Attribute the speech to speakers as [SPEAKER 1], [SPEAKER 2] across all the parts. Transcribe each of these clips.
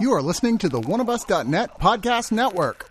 [SPEAKER 1] You are listening to the oneofus.net podcast network.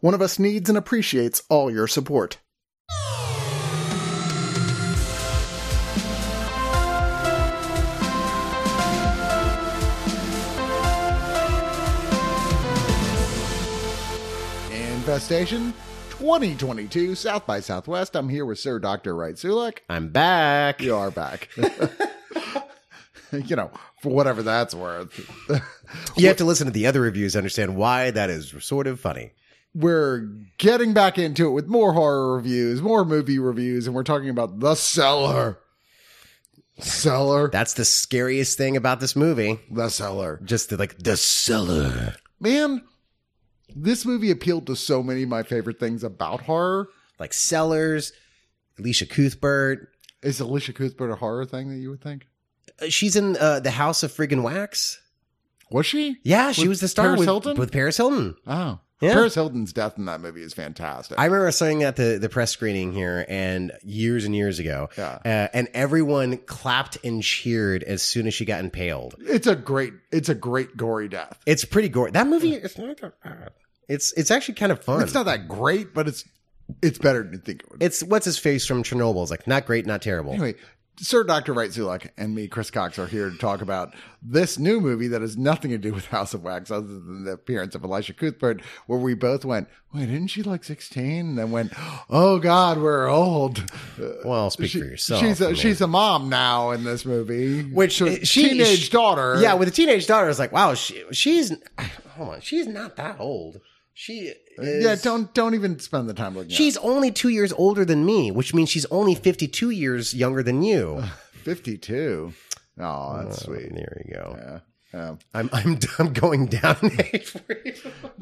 [SPEAKER 1] One of us needs and appreciates all your support. Infestation 2022 South by Southwest. I'm here with Sir Dr. Wright Sulek.
[SPEAKER 2] I'm back.
[SPEAKER 1] You are back. you know, for whatever that's worth.
[SPEAKER 2] You have to listen to the other reviews to understand why that is sort of funny.
[SPEAKER 1] we're getting back into it with more horror reviews, more movie reviews, and we're talking about The Cellar. Cellar.
[SPEAKER 2] That's the scariest thing about this movie.
[SPEAKER 1] the Cellar.
[SPEAKER 2] Just the, like the cellar.
[SPEAKER 1] Man, this movie appealed to so many of my favorite things about horror.
[SPEAKER 2] Like cellars, Alicia Cuthbert.
[SPEAKER 1] Is Alicia Cuthbert a horror thing that you would think?
[SPEAKER 2] Uh, She's in uh, the House of Friggin' Wax.
[SPEAKER 1] Was she?
[SPEAKER 2] Yeah, she
[SPEAKER 1] With
[SPEAKER 2] was the star
[SPEAKER 1] Paris
[SPEAKER 2] with,
[SPEAKER 1] Hilton?
[SPEAKER 2] with Paris Hilton.
[SPEAKER 1] Oh.
[SPEAKER 2] Yeah.
[SPEAKER 1] Paris Hilton's death in that movie is fantastic.
[SPEAKER 2] I remember seeing that the the press screening here and years and years ago,
[SPEAKER 1] Yeah.
[SPEAKER 2] uh, and everyone clapped and cheered as soon as she got impaled.
[SPEAKER 1] it's a great it's a great gory death.
[SPEAKER 2] It's pretty gore. That movie, it's not that bad. It's it's actually kind of fun.
[SPEAKER 1] It's not that great, but it's it's better than you think it would.
[SPEAKER 2] It's what's his face from Chernobyl. It's like not great, not terrible.
[SPEAKER 1] Anyway, Sir Dr. Wright Zulek and me, Chris Cox, are here to talk about this new movie that has nothing to do with House of Wax other than the appearance of Elisha Cuthbert, where we both went, Wait, isn't she like 16? And then went, Oh God, we're old. Uh,
[SPEAKER 2] Well, speak
[SPEAKER 1] she-
[SPEAKER 2] for yourself.
[SPEAKER 1] She's a,
[SPEAKER 2] I mean.
[SPEAKER 1] she's a mom now in this movie.
[SPEAKER 2] Which,
[SPEAKER 1] So,
[SPEAKER 2] uh, she-
[SPEAKER 1] teenage
[SPEAKER 2] she-
[SPEAKER 1] daughter.
[SPEAKER 2] yeah, with a teenage daughter, it's like wow, she she's hold on, she's not that old. She is,
[SPEAKER 1] Uh, yeah, don't don't even spend the time looking at
[SPEAKER 2] She's only two years older than me, which means she's only fifty two years younger than you. Oh,
[SPEAKER 1] it. 52. Oh, that's Ah, sweet.
[SPEAKER 2] There you go.
[SPEAKER 1] Yeah. Yeah.
[SPEAKER 2] I'm I'm I'm going down in age for you.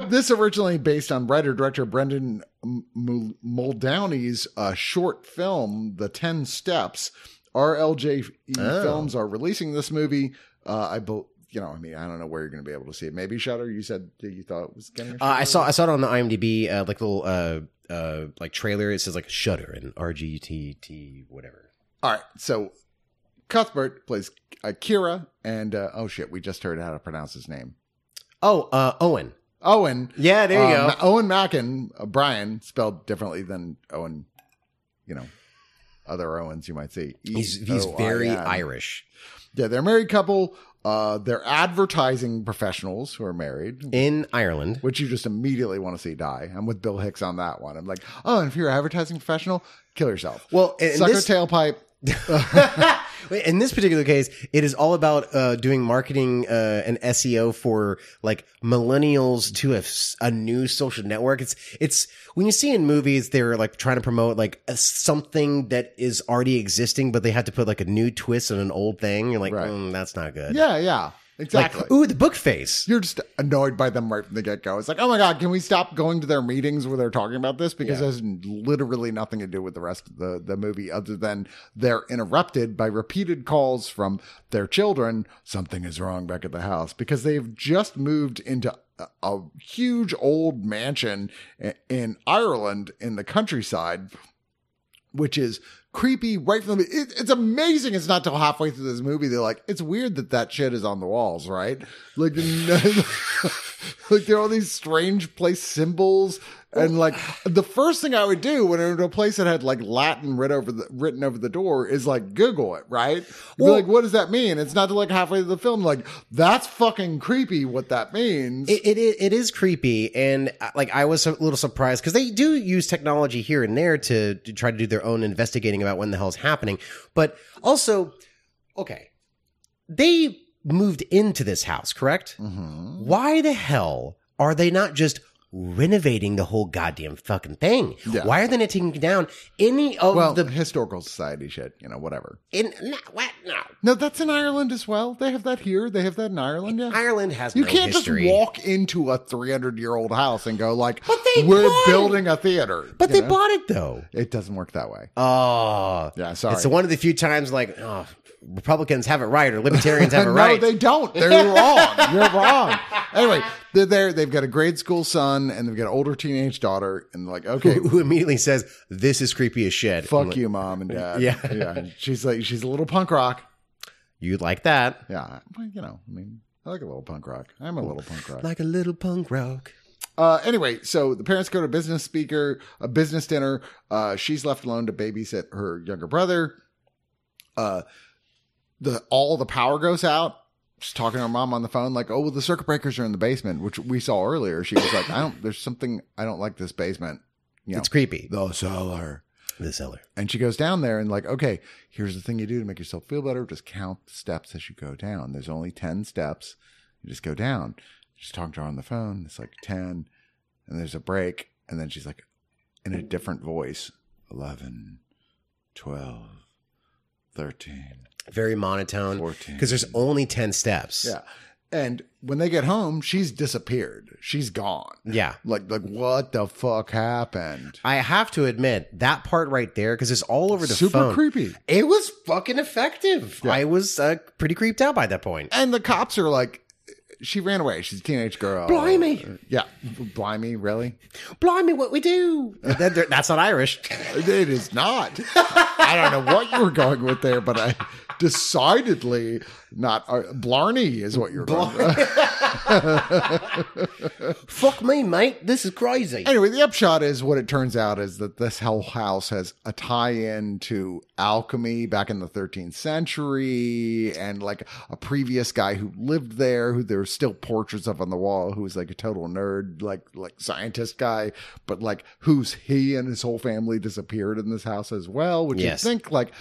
[SPEAKER 1] This originally based on writer director Brendan M- M- Muldowney's uh, short film, The Ten Steps. RLJE
[SPEAKER 2] Oh.
[SPEAKER 1] E Films are releasing this movie. Uh, I, bel you know, I mean, I don't know where you're going to be able to see it. Maybe Shutter. You said that you thought it was getting.
[SPEAKER 2] Uh, I saw I saw it on the IMDb uh, like little uh uh like trailer. It says like Shutter and RGTT whatever.
[SPEAKER 1] All right, Uh, so Cuthbert plays Akira, and uh, oh shit, we just heard how to pronounce his name.
[SPEAKER 2] Oh, uh, Owen.
[SPEAKER 1] Owen.
[SPEAKER 2] Yeah, there you
[SPEAKER 1] uh,
[SPEAKER 2] go.
[SPEAKER 1] Ma- Owen Mackin, uh, Brian, spelled differently than Owen. You know, other Owens you might see. E
[SPEAKER 2] He's he's very
[SPEAKER 1] E-O-I-N.
[SPEAKER 2] Irish.
[SPEAKER 1] Yeah, they're a married couple. Uh, they're advertising professionals who are married,
[SPEAKER 2] in Ireland.
[SPEAKER 1] which you just immediately want to see die. I'm with Bill Hicks on that one. I'm like, oh, and if you're an advertising professional, kill yourself.
[SPEAKER 2] Well, in
[SPEAKER 1] Suck
[SPEAKER 2] this-
[SPEAKER 1] her tailpipe.
[SPEAKER 2] in this particular case, it is all about uh, doing marketing uh, and SEO for like millennials to a, s- a new social network. It's it's when you see in movies they're like trying to promote like a, something that is already existing, but they have to put like a new twist on an old thing. You're like,
[SPEAKER 1] Right.
[SPEAKER 2] mm, that's not good.
[SPEAKER 1] Yeah, yeah,
[SPEAKER 2] Like,
[SPEAKER 1] exactly.
[SPEAKER 2] ooh, the book face.
[SPEAKER 1] you're just annoyed by them right from the get go. It's like, oh my God, can we stop going to their meetings where they're talking about this? Because
[SPEAKER 2] Yeah.
[SPEAKER 1] it has literally nothing to do with the rest of the, the movie other than they're interrupted by repeated calls from their children. Something is wrong back at the house because they've just moved into a, a huge old mansion i- in Ireland in the countryside which is creepy right from the it, it's amazing it's not till halfway through this movie they're like it's weird that that shit is on the walls right like like there are all these strange place symbols and like the first thing i would do when i went to a place that had like latin writ over the, written over the door is like google it right Be
[SPEAKER 2] Well-
[SPEAKER 1] like what does that mean it's not till like halfway through the film like that's fucking creepy what that means
[SPEAKER 2] It, it is- it is creepy, and uh, like I was a little surprised because they do use technology here and there to, to try to do their own investigating about when the hell's happening. But also, okay, they moved into this house, correct?
[SPEAKER 1] Mhm.
[SPEAKER 2] Why the hell are they not just renovating the whole goddamn fucking thing.
[SPEAKER 1] Yeah.
[SPEAKER 2] Why are they not taking down any of
[SPEAKER 1] Well, the
[SPEAKER 2] the
[SPEAKER 1] historical society shit, you know, whatever.
[SPEAKER 2] in no, what no?
[SPEAKER 1] No, that's in Ireland as well. They have that here. They have that in Ireland. Yeah.
[SPEAKER 2] Ireland has
[SPEAKER 1] You
[SPEAKER 2] no
[SPEAKER 1] can't
[SPEAKER 2] history.
[SPEAKER 1] just walk into a 300 year old house and go like,
[SPEAKER 2] But they
[SPEAKER 1] "We're
[SPEAKER 2] bought it!"
[SPEAKER 1] building a theater."
[SPEAKER 2] But
[SPEAKER 1] you
[SPEAKER 2] they
[SPEAKER 1] know? Ah.
[SPEAKER 2] bought it though.
[SPEAKER 1] It doesn't work that way.
[SPEAKER 2] Oh,
[SPEAKER 1] Yeah, sorry.
[SPEAKER 2] It's one of the few times like oh, Republicans have it right or Libertarians have it
[SPEAKER 1] no,
[SPEAKER 2] right.
[SPEAKER 1] they don't. They're wrong. You're wrong. Anyway, they're there. They've got a grade school son and they've got an older teenage daughter, and they're like, okay,
[SPEAKER 2] who immediately says this is creepy as shit. I'm
[SPEAKER 1] fuck
[SPEAKER 2] like,
[SPEAKER 1] you, mom and dad.
[SPEAKER 2] Yeah.
[SPEAKER 1] yeah. She's like, she's a little punk rock.
[SPEAKER 2] You like that?
[SPEAKER 1] Yeah, well, you know, I mean, I like a little punk rock. I'm a little punk rock.
[SPEAKER 2] Like a little punk rock.
[SPEAKER 1] Uh, anyway, so the parents go to business speaker, a business dinner. Uh, she's left alone to babysit her younger brother. Uh, the all the power goes out. She's talking to her mom on the phone, like, "Oh, well, the circuit breakers are in the basement," which we saw earlier. She was like, "I don't. There's something I don't like this basement." You know,
[SPEAKER 2] It's creepy.
[SPEAKER 1] the cellar.
[SPEAKER 2] The seller.
[SPEAKER 1] And she goes down there and like, okay, here's the thing you do to make yourself feel better. Just count the steps as you go down. There's only 10 steps. You just go down. She's talking to her on the phone. It's like 10 and there's a break. And then she's like in a different voice, 11, 12, 13,
[SPEAKER 2] Very monotone.
[SPEAKER 1] 14.
[SPEAKER 2] Because there's only ten steps.
[SPEAKER 1] yeah. And when they get home, she's disappeared. She's gone.
[SPEAKER 2] Yeah.
[SPEAKER 1] Like, like what the fuck happened?
[SPEAKER 2] I have to admit that part right there because it's all over the
[SPEAKER 1] Super
[SPEAKER 2] phone.
[SPEAKER 1] creepy.
[SPEAKER 2] It was fucking effective.
[SPEAKER 1] Yeah.
[SPEAKER 2] I was uh, pretty creeped out by that point.
[SPEAKER 1] And the cops are like, she ran away. She's a teenage girl.
[SPEAKER 2] Blimey.
[SPEAKER 1] Yeah. Blimey, really?
[SPEAKER 2] Blimey, what we do? That- that- That's not Irish.
[SPEAKER 1] It is not. I don't know what you were going with there, but I decidedly not. Uh, Blarney is what you're going with.
[SPEAKER 2] Fuck me, mate. This is crazy.
[SPEAKER 1] Anyway, the upshot is what it turns out is that this whole house has a tie-in to alchemy back in the 13th century, and like a previous guy who lived there, who there's still portraits of on the wall, who was like a total nerd, like like scientist guy, but like who's he and his whole family disappeared in this house as well, which
[SPEAKER 2] Yes.
[SPEAKER 1] you think like.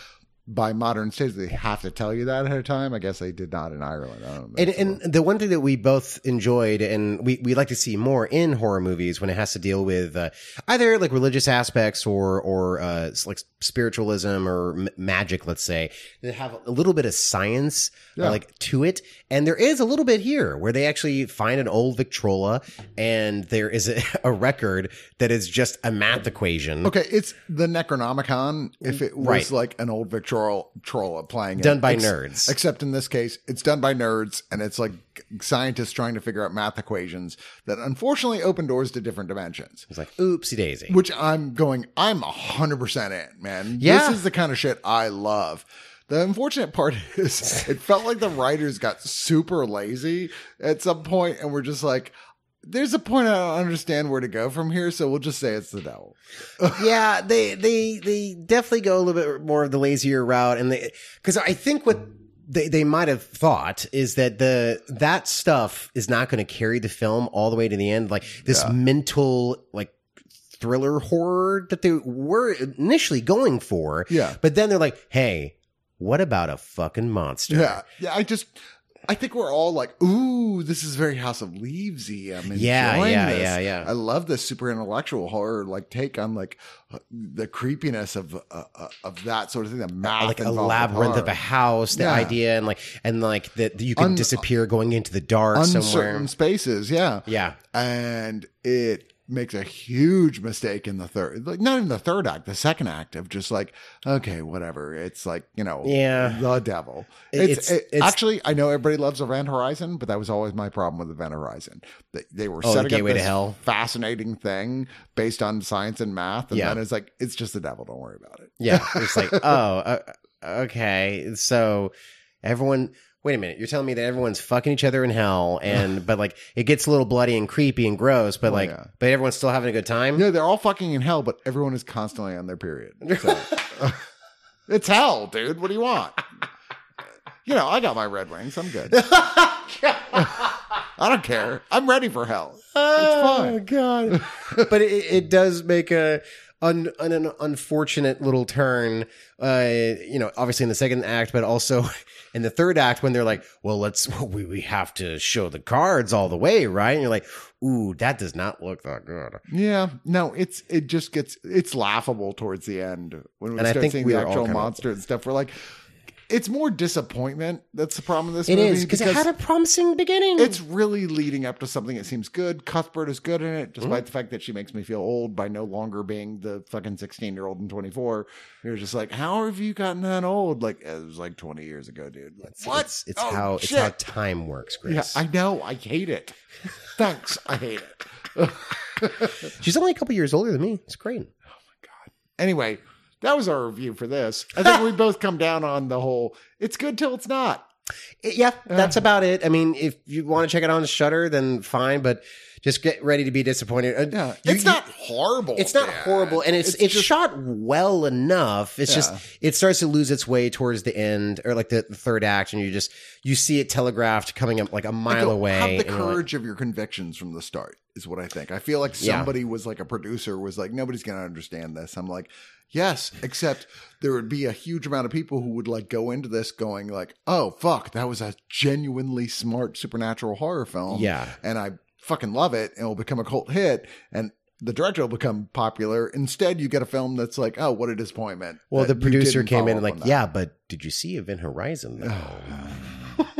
[SPEAKER 1] By modern standards, they have to tell you that ahead of time. I guess they did not in Ireland. I don't know.
[SPEAKER 2] And, and the one thing that we both enjoyed and we, we like to see more in horror movies when it has to deal with uh, either like religious aspects or or uh, s- like spiritualism or m- magic, let's say, that have a little bit of science uh,
[SPEAKER 1] Yeah.
[SPEAKER 2] like to it. And there is a little bit here where they actually find an old Victrola and there is a, a record that is just a math equation
[SPEAKER 1] Okay, it's the Necronomicon. If it was
[SPEAKER 2] Right.
[SPEAKER 1] like an old Victorial Trolla playing it.
[SPEAKER 2] done by
[SPEAKER 1] Ex-
[SPEAKER 2] nerds.
[SPEAKER 1] Except in this case, it's done by nerds, and it's like scientists trying to figure out math equations that unfortunately open doors to different dimensions.
[SPEAKER 2] It's like oopsie daisy.
[SPEAKER 1] Which I'm going, I'm 100% in, man.
[SPEAKER 2] Yeah.
[SPEAKER 1] This is the kind of shit I love. The unfortunate part is it felt like the writers got super lazy at some point and were just like, there's a point I don't understand where to go from here, so we'll just say it's the devil.
[SPEAKER 2] yeah, they they they definitely go a little bit more of the lazier route, and they because I think what they they might have thought is that the that stuff is not going to carry the film all the way to the end, like this
[SPEAKER 1] Yeah.
[SPEAKER 2] mental like thriller horror that they were initially going for.
[SPEAKER 1] Yeah.
[SPEAKER 2] but then they're like, hey. What about a fucking monster?
[SPEAKER 1] Yeah, yeah. I just, I think we're all like, "Ooh, this is very House of Leavesy." I'm enjoying
[SPEAKER 2] Yeah, yeah,
[SPEAKER 1] this.
[SPEAKER 2] yeah, yeah.
[SPEAKER 1] I love this super intellectual horror like take on like uh, the creepiness of uh, uh, of that sort of thing. The math,
[SPEAKER 2] Uh, like a
[SPEAKER 1] involved with
[SPEAKER 2] labyrinth of a
[SPEAKER 1] horror.
[SPEAKER 2] house, the
[SPEAKER 1] Yeah.
[SPEAKER 2] idea, and like and like that you can
[SPEAKER 1] Un-
[SPEAKER 2] disappear going into the dark
[SPEAKER 1] uncertain
[SPEAKER 2] somewhere.
[SPEAKER 1] spaces. Yeah,
[SPEAKER 2] Yeah,
[SPEAKER 1] and it makes a huge mistake in the third like not even the third act the second act of just like okay whatever it's like you know
[SPEAKER 2] Yeah.
[SPEAKER 1] the devil
[SPEAKER 2] It-
[SPEAKER 1] it's,
[SPEAKER 2] it's-
[SPEAKER 1] it-
[SPEAKER 2] it's-
[SPEAKER 1] actually i know everybody loves event horizon but that was always my problem with event horizon they, they were
[SPEAKER 2] Oh, the
[SPEAKER 1] setting
[SPEAKER 2] Gateway
[SPEAKER 1] up
[SPEAKER 2] to
[SPEAKER 1] this
[SPEAKER 2] Hell.
[SPEAKER 1] fascinating thing based on science and math and
[SPEAKER 2] Yeah.
[SPEAKER 1] then it's like it's just the devil don't worry about it
[SPEAKER 2] Yeah, it's like, oh, uh, okay. So everyone, wait a minute. You're telling me that everyone's fucking each other in hell, and but like it gets a little bloody and creepy and gross, but
[SPEAKER 1] Oh,
[SPEAKER 2] like,
[SPEAKER 1] yeah.
[SPEAKER 2] but everyone's still having a good time.
[SPEAKER 1] yeah they're all fucking in hell but everyone is constantly on their period so, uh, it's hell dude what do you want you know i got my red wings i'm good I don't care. I'm ready for hell.
[SPEAKER 2] Oh
[SPEAKER 1] fine.
[SPEAKER 2] god! but it, it does make a un, an, an unfortunate little turn, uh, you know, obviously in the second act, but also in the third act when they're like, well, let's, we, we have to show the cards all the way, right? And you're like, ooh, that does not look that good.
[SPEAKER 1] Yeah, no, it's it just gets it's laughable towards the end when we
[SPEAKER 2] And I
[SPEAKER 1] start
[SPEAKER 2] think
[SPEAKER 1] seeing
[SPEAKER 2] we
[SPEAKER 1] the
[SPEAKER 2] were all
[SPEAKER 1] actual
[SPEAKER 2] kinda-
[SPEAKER 1] monster and stuff. We're like, it's more disappointment. That's the problem with this
[SPEAKER 2] It
[SPEAKER 1] movie
[SPEAKER 2] is, because it had a promising beginning.
[SPEAKER 1] it's really leading up to something that seems good. Cuthbert is good in it,
[SPEAKER 2] Mm-hmm.
[SPEAKER 1] despite the fact that she makes me feel old by no longer being the fucking sixteen year old and twenty four. You're just like, how have you gotten that old? Like it was like twenty years ago, dude. Like what?
[SPEAKER 2] It's, it's
[SPEAKER 1] Oh,
[SPEAKER 2] how
[SPEAKER 1] shit.
[SPEAKER 2] it's how time works,
[SPEAKER 1] yeah,
[SPEAKER 2] Chris.
[SPEAKER 1] I know. I hate it. Thanks. I hate it.
[SPEAKER 2] She's only a couple years older than me. It's great.
[SPEAKER 1] anyway, that was our review for this. I think we both come down on the whole it's good till it's not.
[SPEAKER 2] It- Eh, yeah, that's about it. I mean, if you want to check it on Shutter, then fine, but just get ready to be disappointed. Uh,
[SPEAKER 1] Yeah.
[SPEAKER 2] you-
[SPEAKER 1] it's
[SPEAKER 2] you-
[SPEAKER 1] not horrible.
[SPEAKER 2] It's not
[SPEAKER 1] Dan.
[SPEAKER 2] horrible, and it's it's,
[SPEAKER 1] just-
[SPEAKER 2] shot well enough. It's
[SPEAKER 1] Yeah.
[SPEAKER 2] just it starts to lose its way towards the end, or like the, the third act, and you just you see it telegraphed coming up like oh, a
[SPEAKER 1] I
[SPEAKER 2] mile
[SPEAKER 1] go,
[SPEAKER 2] away.
[SPEAKER 1] Have the
[SPEAKER 2] and you're like,
[SPEAKER 1] courage of your convictions from the start is what I think. I feel like
[SPEAKER 2] Yeah.
[SPEAKER 1] somebody was like a producer was like nobody's going to understand this. I'm like, yes, except there would be a huge amount of people who would like go into this going like, oh fuck, that was a genuinely smart supernatural horror film.
[SPEAKER 2] Yeah.
[SPEAKER 1] and I fucking love it, and it'll become a cult hit, and the director will become popular. Instead, you get a film that's like, oh, what a disappointment.
[SPEAKER 2] well,
[SPEAKER 1] that Oh,
[SPEAKER 2] the
[SPEAKER 1] you
[SPEAKER 2] producer
[SPEAKER 1] didn't
[SPEAKER 2] came
[SPEAKER 1] follow
[SPEAKER 2] in and
[SPEAKER 1] up
[SPEAKER 2] like,
[SPEAKER 1] on that.
[SPEAKER 2] yeah, but did you see Event Horizon? though?"